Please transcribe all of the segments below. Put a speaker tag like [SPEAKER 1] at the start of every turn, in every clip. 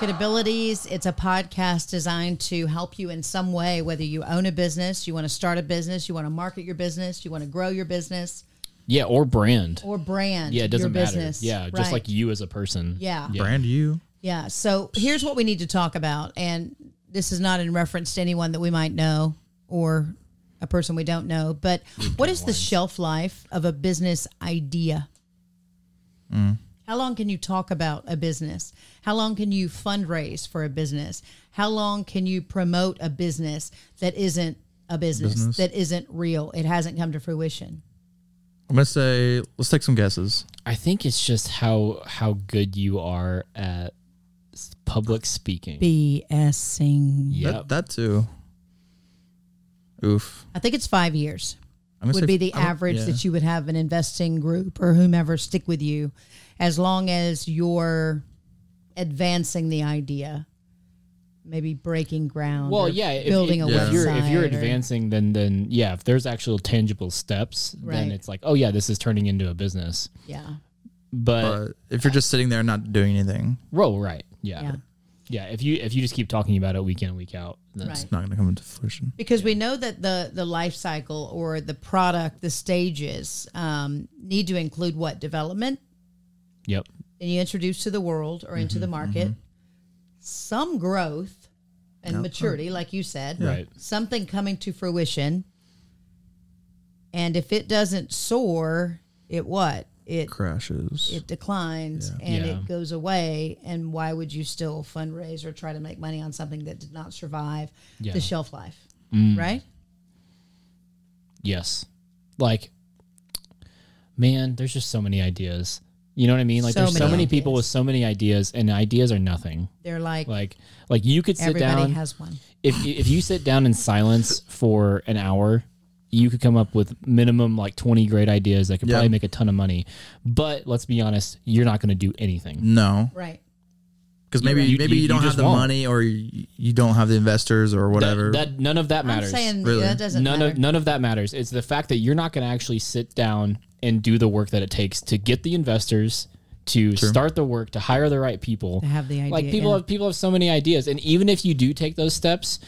[SPEAKER 1] Realities. It's a podcast designed to help you in some way, whether you own a business, you want to start a business, you want to market your business, you want to grow your business
[SPEAKER 2] Yeah, or brand.
[SPEAKER 1] or brand.
[SPEAKER 2] yeah, it doesn't
[SPEAKER 1] your
[SPEAKER 2] matter.
[SPEAKER 1] Business.
[SPEAKER 2] Yeah, just
[SPEAKER 1] Right.
[SPEAKER 2] like you as a person.
[SPEAKER 1] Yeah.
[SPEAKER 2] Yeah.
[SPEAKER 3] Brand you.
[SPEAKER 1] Yeah. So here's what we need to talk about. And this is not in reference to anyone that we might know or a person we don't know, but what is the shelf life of a business idea? How long can you talk about a business? How long can you fundraise for a business? How long can you promote a business that isn't a business, that isn't real? It hasn't come to fruition.
[SPEAKER 3] I'm gonna say let's take some guesses.
[SPEAKER 2] I think it's just how how good you are at s- public speaking.
[SPEAKER 1] BSing.
[SPEAKER 2] Yep.
[SPEAKER 3] That, that too. Oof.
[SPEAKER 1] I think it's five years.
[SPEAKER 3] I'm gonna
[SPEAKER 1] would
[SPEAKER 3] say-
[SPEAKER 1] be the
[SPEAKER 3] I'm-
[SPEAKER 1] average
[SPEAKER 3] yeah.
[SPEAKER 1] that you would have an investing group or whomever stick with you as long as you're advancing the idea maybe breaking ground
[SPEAKER 2] well,
[SPEAKER 1] or
[SPEAKER 2] yeah, if,
[SPEAKER 1] building
[SPEAKER 2] if,
[SPEAKER 1] a
[SPEAKER 2] if
[SPEAKER 3] Yeah.
[SPEAKER 1] website
[SPEAKER 2] you're if you're
[SPEAKER 1] or-
[SPEAKER 2] advancing, then then yeah, if there's actual tangible steps,
[SPEAKER 1] Right.
[SPEAKER 2] then it's like, oh yeah, this is turning into a business.
[SPEAKER 1] yeah
[SPEAKER 2] But
[SPEAKER 3] But if you're just sitting there not doing anything,
[SPEAKER 2] roll right, yeah.
[SPEAKER 1] yeah
[SPEAKER 2] yeah, If you if you just keep talking about it week in week out, that's
[SPEAKER 1] right
[SPEAKER 3] it's not gonna come into fruition.
[SPEAKER 1] because we know that the the life cycle or the product the stages um, need to include what development
[SPEAKER 2] yep,
[SPEAKER 1] and you introduce to the world or into the market some growth and maturity like you said
[SPEAKER 2] right.
[SPEAKER 1] something coming to fruition and if it doesn't soar it what it
[SPEAKER 3] Crashes.
[SPEAKER 1] it declines and
[SPEAKER 2] Yeah.
[SPEAKER 1] it goes away and why would you still fundraise or try to make money on something that did not survive
[SPEAKER 2] Yeah. Mm.
[SPEAKER 1] the shelf life right
[SPEAKER 2] Yes. Like, man, there's just so many ideas. You know what I mean? Like,
[SPEAKER 1] So
[SPEAKER 2] there's so
[SPEAKER 1] many
[SPEAKER 2] many people
[SPEAKER 1] ideas.
[SPEAKER 2] with so many ideas, and ideas are nothing.
[SPEAKER 1] they're like,
[SPEAKER 2] Like, like you could sit
[SPEAKER 1] everybody
[SPEAKER 2] down.
[SPEAKER 1] has one
[SPEAKER 2] if if you sit down in silence for an hour, you could come up with minimum like 20 great ideas that could
[SPEAKER 3] Yeah.
[SPEAKER 2] probably make a ton of money. But let's be honest, you're not going to do anything.
[SPEAKER 3] no,
[SPEAKER 1] right
[SPEAKER 3] because maybe
[SPEAKER 2] You-
[SPEAKER 3] maybe
[SPEAKER 2] you-
[SPEAKER 3] you,
[SPEAKER 2] you
[SPEAKER 3] don't
[SPEAKER 2] just
[SPEAKER 3] have the
[SPEAKER 2] won't.
[SPEAKER 3] money or you, you don't have the investors or whatever.
[SPEAKER 2] That, that none of that matters.
[SPEAKER 1] i'm saying
[SPEAKER 3] Really?
[SPEAKER 1] that doesn't
[SPEAKER 2] none
[SPEAKER 1] matter
[SPEAKER 2] of none of that matters. It's the fact that you're not going to actually sit down and do the work that it takes to get the investors to start the work to hire the right people
[SPEAKER 1] To have the idea,
[SPEAKER 2] Like people
[SPEAKER 1] yeah.
[SPEAKER 2] have people have so many ideas, and even if you do take those steps,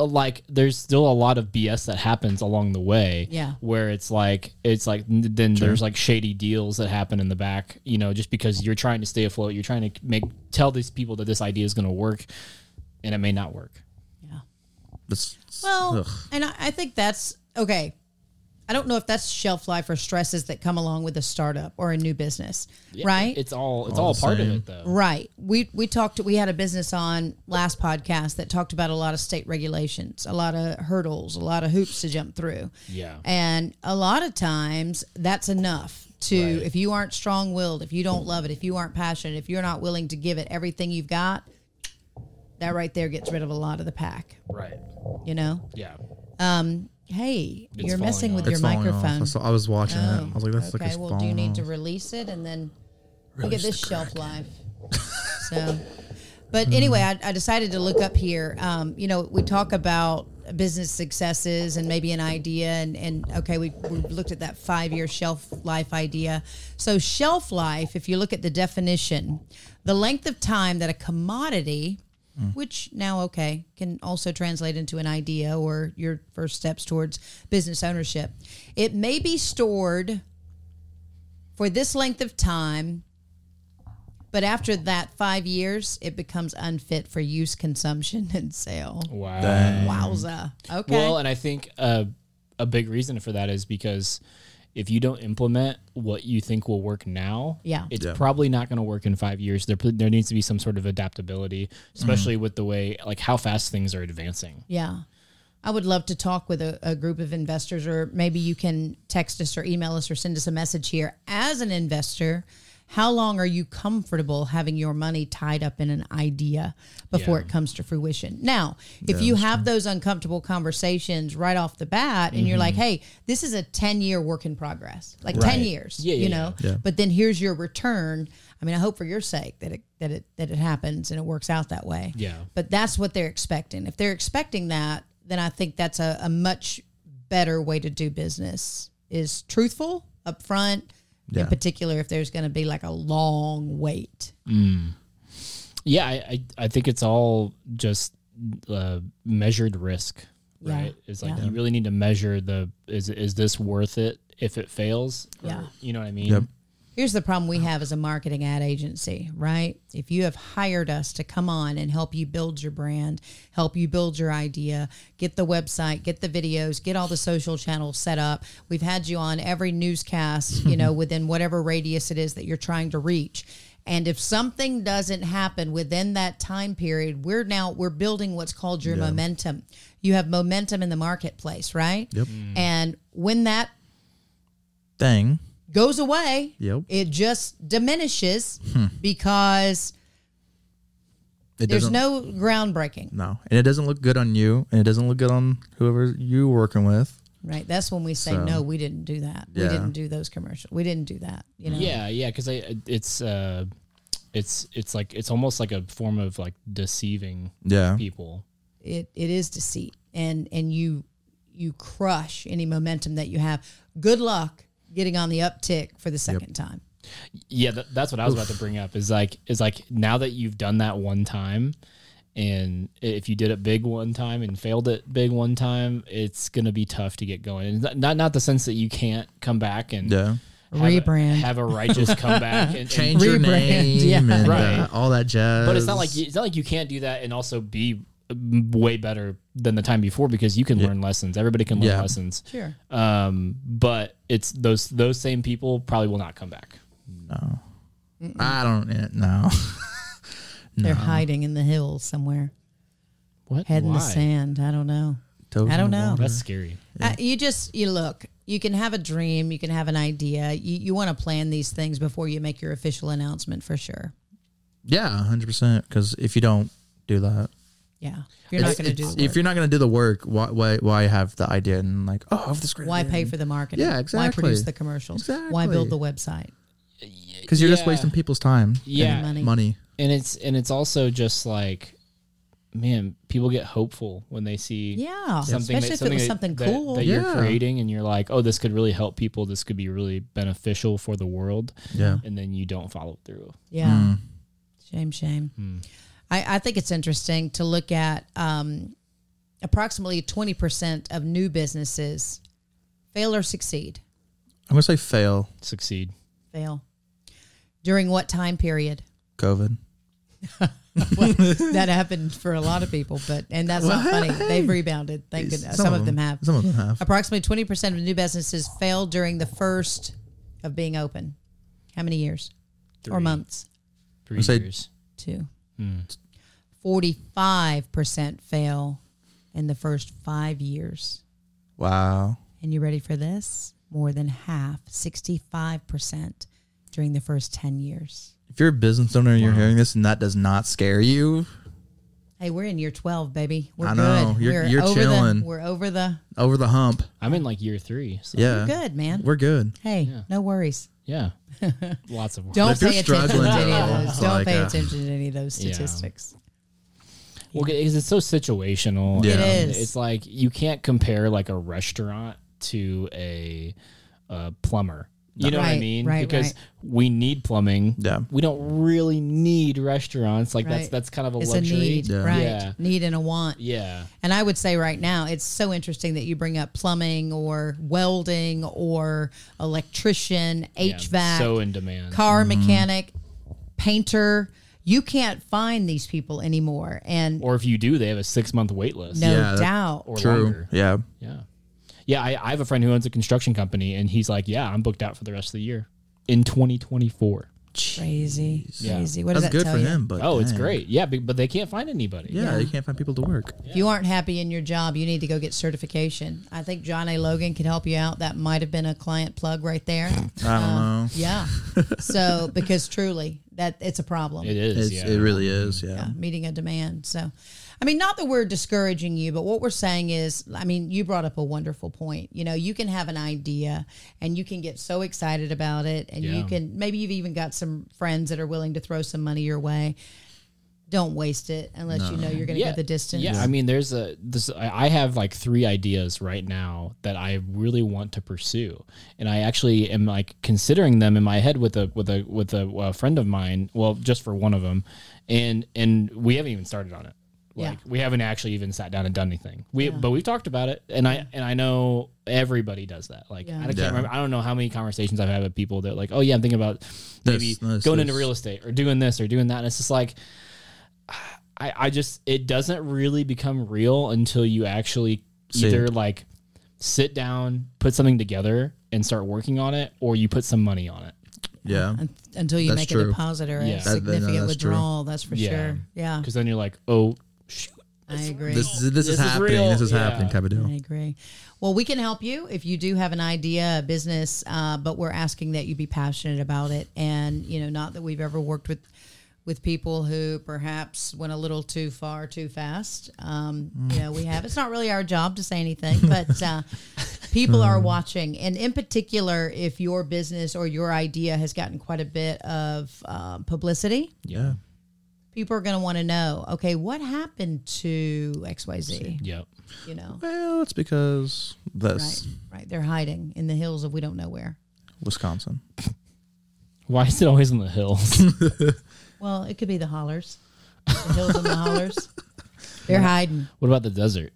[SPEAKER 2] uh, like there's still a lot of BS that happens along the way.
[SPEAKER 1] Yeah.
[SPEAKER 2] where it's like it's like n- then there's like shady deals that happen in the back. You know, just because you're trying to stay afloat, you're trying to make tell these people that this idea is going to work, and it may not work.
[SPEAKER 1] yeah
[SPEAKER 3] That's-
[SPEAKER 1] Well,
[SPEAKER 3] ugh.
[SPEAKER 1] and I, I think that's okay. I don't know if that's shelf life or stresses that come along with a startup or a new business, right?
[SPEAKER 2] It's all it's all,
[SPEAKER 3] the
[SPEAKER 2] part of
[SPEAKER 3] same.
[SPEAKER 2] it though.
[SPEAKER 1] right. We we talked. We had a business on last podcast that talked about a lot of state regulations, a lot of hurdles, a lot of hoops to jump through.
[SPEAKER 2] Yeah.
[SPEAKER 1] And a lot of times that's enough to if you aren't strong willed, if you don't love it, if you aren't passionate, if you're not willing to give it everything you've got, that right there gets rid of a lot of the pack.
[SPEAKER 2] Right.
[SPEAKER 1] You know.
[SPEAKER 2] Yeah.
[SPEAKER 1] Hey,
[SPEAKER 2] It's
[SPEAKER 1] you're
[SPEAKER 2] falling
[SPEAKER 1] messing with
[SPEAKER 2] off.
[SPEAKER 1] your
[SPEAKER 3] It's falling off.
[SPEAKER 1] microphone.
[SPEAKER 3] I, saw, I was watching it. I was like, that's like
[SPEAKER 1] okay,
[SPEAKER 3] it's
[SPEAKER 1] well, do you
[SPEAKER 3] falling
[SPEAKER 1] need to
[SPEAKER 3] off.
[SPEAKER 1] release it and then look at this shelf life? so, but anyway, I, I decided to look up here. Um, you know, we talk about business successes and maybe an idea, and, and okay, we, we looked at that five year shelf life idea. So, shelf life, if you look at the definition, the length of time that a commodity which now okay can also translate into an idea or your first steps towards business ownership it may be stored for this length of time but after that 5 years it becomes unfit for use consumption and sale
[SPEAKER 2] Wow.
[SPEAKER 1] wowza okay
[SPEAKER 2] Mm-hmm. Well, and I think uh, a big reason for that is because if you don't implement what you think will work now,
[SPEAKER 1] Yeah.
[SPEAKER 2] it's probably not going to work in five years. There, there needs to be some sort of adaptability, especially with the way, like how fast things are advancing.
[SPEAKER 1] Yeah. I would love to talk with a, a group of investors, or maybe you can text us or email us or send us a message here. As an investor, how long are you comfortable having your money tied up in an idea before it comes to fruition? Now, if you have those uncomfortable conversations right off the bat and
[SPEAKER 2] Mm-hmm.
[SPEAKER 1] you're like, hey, this is a 10 year work in progress, like 10
[SPEAKER 2] Right.
[SPEAKER 1] years,
[SPEAKER 2] Yeah, yeah,
[SPEAKER 1] you
[SPEAKER 2] yeah.
[SPEAKER 1] know, but then here's your return. I mean, I hope for your sake that it, that it, that it happens and it works out that way
[SPEAKER 2] Yeah.
[SPEAKER 1] but that's what they're expecting. If they're expecting that, then I think that's a, a much better way to do business is truthful, upfront, in particular if there's going to be like a long wait.
[SPEAKER 2] yeah, I, I, I think it's all just uh, measured risk,
[SPEAKER 1] Yeah,
[SPEAKER 2] right? It's like
[SPEAKER 1] yeah.
[SPEAKER 2] you really need to measure the is is this worth it if it fails? Or-
[SPEAKER 1] Yeah.
[SPEAKER 2] you know what I mean.
[SPEAKER 3] Yep.
[SPEAKER 1] Here's the problem we have as a marketing ad agency, right? If you have hired us to come on and help you build your brand, help you build your idea, get the website, get the videos, get all the social channels set up. We've had you on every newscast, you know, within whatever radius it is that you're trying to reach. And if something doesn't happen within that time period, we're now we're building what's called your momentum. You have momentum in the marketplace, right?
[SPEAKER 3] Yep.
[SPEAKER 1] And when that
[SPEAKER 3] Thing.
[SPEAKER 1] goes away.
[SPEAKER 3] Yep. Hmm.
[SPEAKER 1] It just diminishes because
[SPEAKER 3] It
[SPEAKER 1] there's
[SPEAKER 3] doesn't-
[SPEAKER 1] no groundbreaking,
[SPEAKER 3] No, and it doesn't look good on you, and it doesn't look good on whoever you working with.
[SPEAKER 1] right? That's when we say,
[SPEAKER 3] So-
[SPEAKER 1] no, we didn't do that. We
[SPEAKER 3] Yeah.
[SPEAKER 1] didn't do those commercials. We didn't do that. You know?
[SPEAKER 2] Yeah, yeah, because I it's uh, it's it's like it's almost like a form of like deceiving
[SPEAKER 3] Yeah,
[SPEAKER 2] people.
[SPEAKER 1] it it is deceit and and you you crush any momentum that you have good luck getting on the uptick for the second time
[SPEAKER 2] Yeah, that, that's what I was about to bring up. Is like is like now that you've done that one time, and if you did it big one time and failed it big one time, it's gonna be tough to get going. And not- not not the sense that you can't come back and
[SPEAKER 3] yeah.
[SPEAKER 2] have
[SPEAKER 1] Rebrand.
[SPEAKER 2] a, have a righteous comeback and, and
[SPEAKER 3] Change your
[SPEAKER 1] Rebrand,
[SPEAKER 3] name,
[SPEAKER 1] yeah.
[SPEAKER 3] and
[SPEAKER 2] Right.
[SPEAKER 3] uh, all that jazz.
[SPEAKER 2] But it's not like you- it's not like you can't do that and also be um, way better than the time before because you can learn lessons. Everybody can learn
[SPEAKER 3] Yeah.
[SPEAKER 2] lessons.
[SPEAKER 1] sure
[SPEAKER 2] Um, but it's those those same people probably will not come back.
[SPEAKER 3] no. I don't. eh, No.
[SPEAKER 1] they're hiding in the hills somewhere
[SPEAKER 2] What
[SPEAKER 1] head in the sand i don't know
[SPEAKER 3] Toes
[SPEAKER 1] I don't
[SPEAKER 3] in the
[SPEAKER 1] know.
[SPEAKER 3] water.
[SPEAKER 2] That's scary.
[SPEAKER 1] Uh, you just you look. You can have a dream. You can have an idea. You you want to plan these things before you make your official announcement for sure.
[SPEAKER 3] Yeah, hundred percent. Because if you don't do that,
[SPEAKER 1] Yeah, you're not
[SPEAKER 3] It's-
[SPEAKER 1] going to do
[SPEAKER 3] it's-
[SPEAKER 1] the work.
[SPEAKER 3] If you're not going to do the work, why, why why have the idea and like oh I have this great
[SPEAKER 1] Why pay for the marketing?
[SPEAKER 3] Yeah,
[SPEAKER 1] Why produce the
[SPEAKER 3] exactly.
[SPEAKER 1] commercials? Why build the website?
[SPEAKER 3] because you're just
[SPEAKER 2] Yeah.
[SPEAKER 3] wasting people's time
[SPEAKER 2] Yeah,
[SPEAKER 1] money.
[SPEAKER 3] and money.
[SPEAKER 2] and it's and it's also just like, man, people get hopeful when they see
[SPEAKER 1] Yeah, especially
[SPEAKER 2] something, that,
[SPEAKER 1] if it
[SPEAKER 2] something
[SPEAKER 1] was
[SPEAKER 2] that-
[SPEAKER 1] something
[SPEAKER 2] that-
[SPEAKER 1] cool.
[SPEAKER 2] that you're
[SPEAKER 3] Yeah.
[SPEAKER 2] creating, and you're like, oh, this could really help people. This could be really beneficial for the world,
[SPEAKER 3] Yeah,
[SPEAKER 2] and then you don't follow through.
[SPEAKER 1] yeah, shame, shame. I I think it's interesting to look at. Um, approximately twenty percent of new businesses fail or succeed.
[SPEAKER 3] I'm gonna say fail
[SPEAKER 2] Succeed.
[SPEAKER 1] Fail during what time period?
[SPEAKER 3] COVID.
[SPEAKER 1] that happened for a lot of people, but and that's not funny. They've rebounded. Thank goodness. Some, of them, have.
[SPEAKER 3] Some of them have.
[SPEAKER 1] Approximately twenty percent of new businesses fail during the first of being open. How many years or
[SPEAKER 2] Three.
[SPEAKER 1] months?
[SPEAKER 2] Three
[SPEAKER 3] say-
[SPEAKER 2] years.
[SPEAKER 1] Two. Forty-five percent fail in the first five years.
[SPEAKER 3] Wow.
[SPEAKER 1] And you ready for this? More than half, sixty-five percent, during the first ten years.
[SPEAKER 3] If you're a business owner and you're hearing this and that does not scare you,
[SPEAKER 1] Hey, we're in year twelve, baby. We're
[SPEAKER 3] I know.
[SPEAKER 1] good.
[SPEAKER 3] You're-
[SPEAKER 1] we're
[SPEAKER 3] you're
[SPEAKER 1] over
[SPEAKER 3] chilling.
[SPEAKER 1] The, we're over the.
[SPEAKER 3] over the hump.
[SPEAKER 2] I'm in like year three. So
[SPEAKER 3] Yeah,
[SPEAKER 1] We're good, man.
[SPEAKER 3] We're good.
[SPEAKER 1] Hey, no worries.
[SPEAKER 2] Yeah. Lots of work.
[SPEAKER 1] Don't
[SPEAKER 3] if you're
[SPEAKER 1] pay attention to
[SPEAKER 3] struggling,
[SPEAKER 1] any
[SPEAKER 3] though,
[SPEAKER 1] of those.
[SPEAKER 3] it's
[SPEAKER 1] Don't
[SPEAKER 3] like,
[SPEAKER 1] pay
[SPEAKER 3] uh,
[SPEAKER 1] attention to any of those
[SPEAKER 2] Yeah.
[SPEAKER 1] statistics.
[SPEAKER 2] Well, because it's so situational.
[SPEAKER 3] It
[SPEAKER 2] and
[SPEAKER 1] is.
[SPEAKER 2] It's like you can't compare like a restaurant to a, uh plumber. You know what I
[SPEAKER 1] Right,
[SPEAKER 2] mean?
[SPEAKER 1] right,
[SPEAKER 2] because
[SPEAKER 1] right.
[SPEAKER 2] we need plumbing.
[SPEAKER 3] Yeah.
[SPEAKER 2] We don't really need restaurants. Like that's
[SPEAKER 1] Right.
[SPEAKER 2] that's kind of a
[SPEAKER 1] It's a
[SPEAKER 2] luxury.
[SPEAKER 1] need,
[SPEAKER 3] Yeah.
[SPEAKER 1] right?
[SPEAKER 2] Yeah.
[SPEAKER 1] Need and a want.
[SPEAKER 2] Yeah.
[SPEAKER 1] And I would say right now, it's so interesting that you bring up plumbing or welding or electrician,
[SPEAKER 2] Yeah.
[SPEAKER 1] HVAC,
[SPEAKER 2] So Mm-hmm. in demand.
[SPEAKER 1] car mechanic, painter. You can't find these people anymore. And
[SPEAKER 2] or if you do, they have a six month wait list.
[SPEAKER 1] no
[SPEAKER 3] Yeah, that-
[SPEAKER 1] doubt.
[SPEAKER 2] Or
[SPEAKER 3] True.
[SPEAKER 2] longer.
[SPEAKER 3] Yeah.
[SPEAKER 2] Yeah. Yeah. I, I have a friend who owns a construction company and he's like, yeah, I'm booked out for the rest of the year in 2024.
[SPEAKER 1] crazy. Crazy. What does
[SPEAKER 3] That's
[SPEAKER 1] that
[SPEAKER 3] good
[SPEAKER 1] tell
[SPEAKER 3] for
[SPEAKER 1] you?
[SPEAKER 3] him, but
[SPEAKER 2] Oh, it's
[SPEAKER 3] dang.
[SPEAKER 2] great. Yeah. But, but they can't find anybody.
[SPEAKER 3] Yeah, you can't find people to work.
[SPEAKER 1] If you aren't happy in your job, you need to go get certification. I think John A. Logan could help you out. That might have been a client plug right there. Um,
[SPEAKER 3] I don't know.
[SPEAKER 1] yeah. So because truly, that it's a problem.
[SPEAKER 2] It is.
[SPEAKER 3] It's,
[SPEAKER 2] yeah.
[SPEAKER 3] It really is. Yeah.
[SPEAKER 1] Yeah, meeting a demand. So, I mean, not that we're discouraging you, but what we're saying is, I mean, you brought up a wonderful point. You know, you can have an idea and you can get so excited about it, and you
[SPEAKER 2] Yeah.
[SPEAKER 1] can maybe you've even got some friends that are willing to throw some money your way. don't waste it unless you know you're going to
[SPEAKER 2] Yeah.
[SPEAKER 1] go the distance.
[SPEAKER 2] Yeah, I mean, there's a this. I I have like three ideas right now that I really want to pursue, and I actually am like considering them in my head with a with a with a, uh friend of mine. Well, just for one of them, and and we haven't even started on it.
[SPEAKER 1] Yeah.
[SPEAKER 2] Like we haven't actually even sat down and done anything. We but we've talked about it, and I and I know everybody does that. Like
[SPEAKER 1] Yeah.
[SPEAKER 2] I can't
[SPEAKER 3] Yeah.
[SPEAKER 2] remember. I don't know how many conversations I've had with people that like, oh yeah, I'm thinking about maybe
[SPEAKER 3] this,
[SPEAKER 2] going into
[SPEAKER 3] this."
[SPEAKER 2] real estate or doing this or doing that, and it's just like. I, I just it doesn't really become real until you actually
[SPEAKER 3] See
[SPEAKER 2] either
[SPEAKER 3] it.
[SPEAKER 2] like sit down, put something together and start working on it, or you put some money on it.
[SPEAKER 3] Yeah.
[SPEAKER 1] Un- Until you
[SPEAKER 3] That's
[SPEAKER 1] make a
[SPEAKER 3] true.
[SPEAKER 1] deposit or
[SPEAKER 2] Yeah.
[SPEAKER 1] a
[SPEAKER 2] That-
[SPEAKER 3] that- no,
[SPEAKER 1] significant
[SPEAKER 3] that's true.
[SPEAKER 1] withdrawal, that's for
[SPEAKER 2] Yeah.
[SPEAKER 1] sure. Yeah,
[SPEAKER 2] Because then you're like, oh shoot.
[SPEAKER 1] I agree.
[SPEAKER 3] This, is- this,
[SPEAKER 2] This is
[SPEAKER 3] is happening.
[SPEAKER 2] real.
[SPEAKER 3] This is
[SPEAKER 2] Yeah.
[SPEAKER 3] happening type of
[SPEAKER 1] I
[SPEAKER 3] deal.
[SPEAKER 1] agree. Well, we can help you if you do have an idea, a business, uh, but we're asking that you be passionate about it. And you know, not that we've ever worked with with people who perhaps went a little too far too fast. Um, You know, we have. It's not really our job to say anything, but uh, people are watching, and in particular, if your business or your idea has gotten quite a bit of uh, publicity.
[SPEAKER 3] Yeah.
[SPEAKER 1] People are going to want to know, okay, what happened to XYZ?
[SPEAKER 2] Yep.
[SPEAKER 1] You know,
[SPEAKER 3] Well, it's because
[SPEAKER 1] Right,
[SPEAKER 3] this
[SPEAKER 1] right. They're hiding in the hills of we don't know where.
[SPEAKER 3] Wisconsin.
[SPEAKER 2] Why is it always in the hills?
[SPEAKER 1] Well, it could be the hollers, the hills and the hollers. They're hiding.
[SPEAKER 2] what about the desert?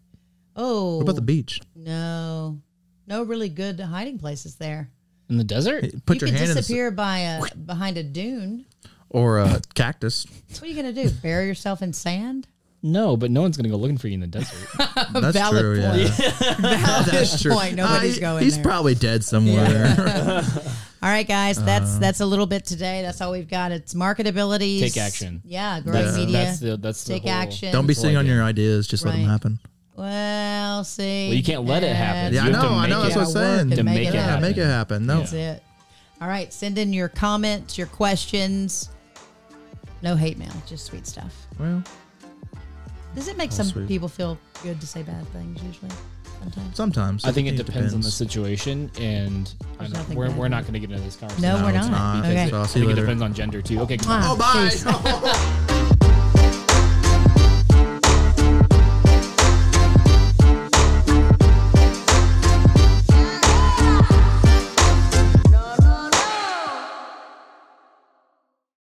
[SPEAKER 1] Oh,
[SPEAKER 3] What about the beach?
[SPEAKER 1] no, no really good hiding places there.
[SPEAKER 2] In the desert?
[SPEAKER 3] Put
[SPEAKER 1] you
[SPEAKER 3] your
[SPEAKER 1] could
[SPEAKER 3] hand in the, s-
[SPEAKER 1] disappear by a behind a dune.
[SPEAKER 3] or a cactus.
[SPEAKER 1] What are you gonna do? Bury yourself in sand?
[SPEAKER 2] No, but no one's gonna go looking for you in the desert.
[SPEAKER 3] That's
[SPEAKER 1] valid
[SPEAKER 3] true.
[SPEAKER 1] point.
[SPEAKER 3] Yeah. That's true.
[SPEAKER 1] point. Nobody's
[SPEAKER 3] Ah,
[SPEAKER 1] going
[SPEAKER 3] He's
[SPEAKER 1] there.
[SPEAKER 3] probably dead somewhere.
[SPEAKER 1] All right, guys, that's
[SPEAKER 3] Uh-huh.
[SPEAKER 1] that's a little bit today. That's all we've got. It's marketability.
[SPEAKER 2] Take action.
[SPEAKER 1] Yeah, growing
[SPEAKER 2] That's,
[SPEAKER 1] media.
[SPEAKER 2] that's the that's the
[SPEAKER 1] Take
[SPEAKER 2] whole-
[SPEAKER 1] action.
[SPEAKER 3] Don't be
[SPEAKER 2] Good
[SPEAKER 3] sitting on
[SPEAKER 2] idea.
[SPEAKER 3] your ideas. Just let
[SPEAKER 1] Right.
[SPEAKER 3] them happen.
[SPEAKER 1] Well, see.
[SPEAKER 2] Well, you can't let it happen.
[SPEAKER 3] Yeah,
[SPEAKER 2] You
[SPEAKER 3] I
[SPEAKER 2] have to
[SPEAKER 3] know. I
[SPEAKER 2] make
[SPEAKER 3] know.
[SPEAKER 2] it-
[SPEAKER 3] That's what I'm
[SPEAKER 1] gotta work
[SPEAKER 3] saying.
[SPEAKER 1] and
[SPEAKER 2] To make it
[SPEAKER 3] yeah,
[SPEAKER 2] happen.
[SPEAKER 3] make it happen. No.
[SPEAKER 1] That's it. All right, send in your comments, your questions. No hate mail, just sweet stuff.
[SPEAKER 3] Well,
[SPEAKER 1] Does it make some
[SPEAKER 3] Oh, sweet.
[SPEAKER 1] people feel good to say bad things usually? Sometimes.
[SPEAKER 3] sometimes.
[SPEAKER 2] I think it depends, on the situation, and I
[SPEAKER 1] There's
[SPEAKER 2] don't know,
[SPEAKER 1] nothing
[SPEAKER 2] we're,
[SPEAKER 1] bad
[SPEAKER 2] we're
[SPEAKER 1] in
[SPEAKER 2] not
[SPEAKER 1] it.
[SPEAKER 2] going to get into this conversation.
[SPEAKER 1] No,
[SPEAKER 3] No,
[SPEAKER 1] Oh, we're
[SPEAKER 3] it's
[SPEAKER 1] not.
[SPEAKER 3] not.
[SPEAKER 1] Okay.
[SPEAKER 3] So I'll
[SPEAKER 2] I
[SPEAKER 3] see
[SPEAKER 2] think
[SPEAKER 3] you
[SPEAKER 2] it
[SPEAKER 3] later.
[SPEAKER 2] depends on gender too. Okay,
[SPEAKER 1] Wow.
[SPEAKER 3] Oh, bye.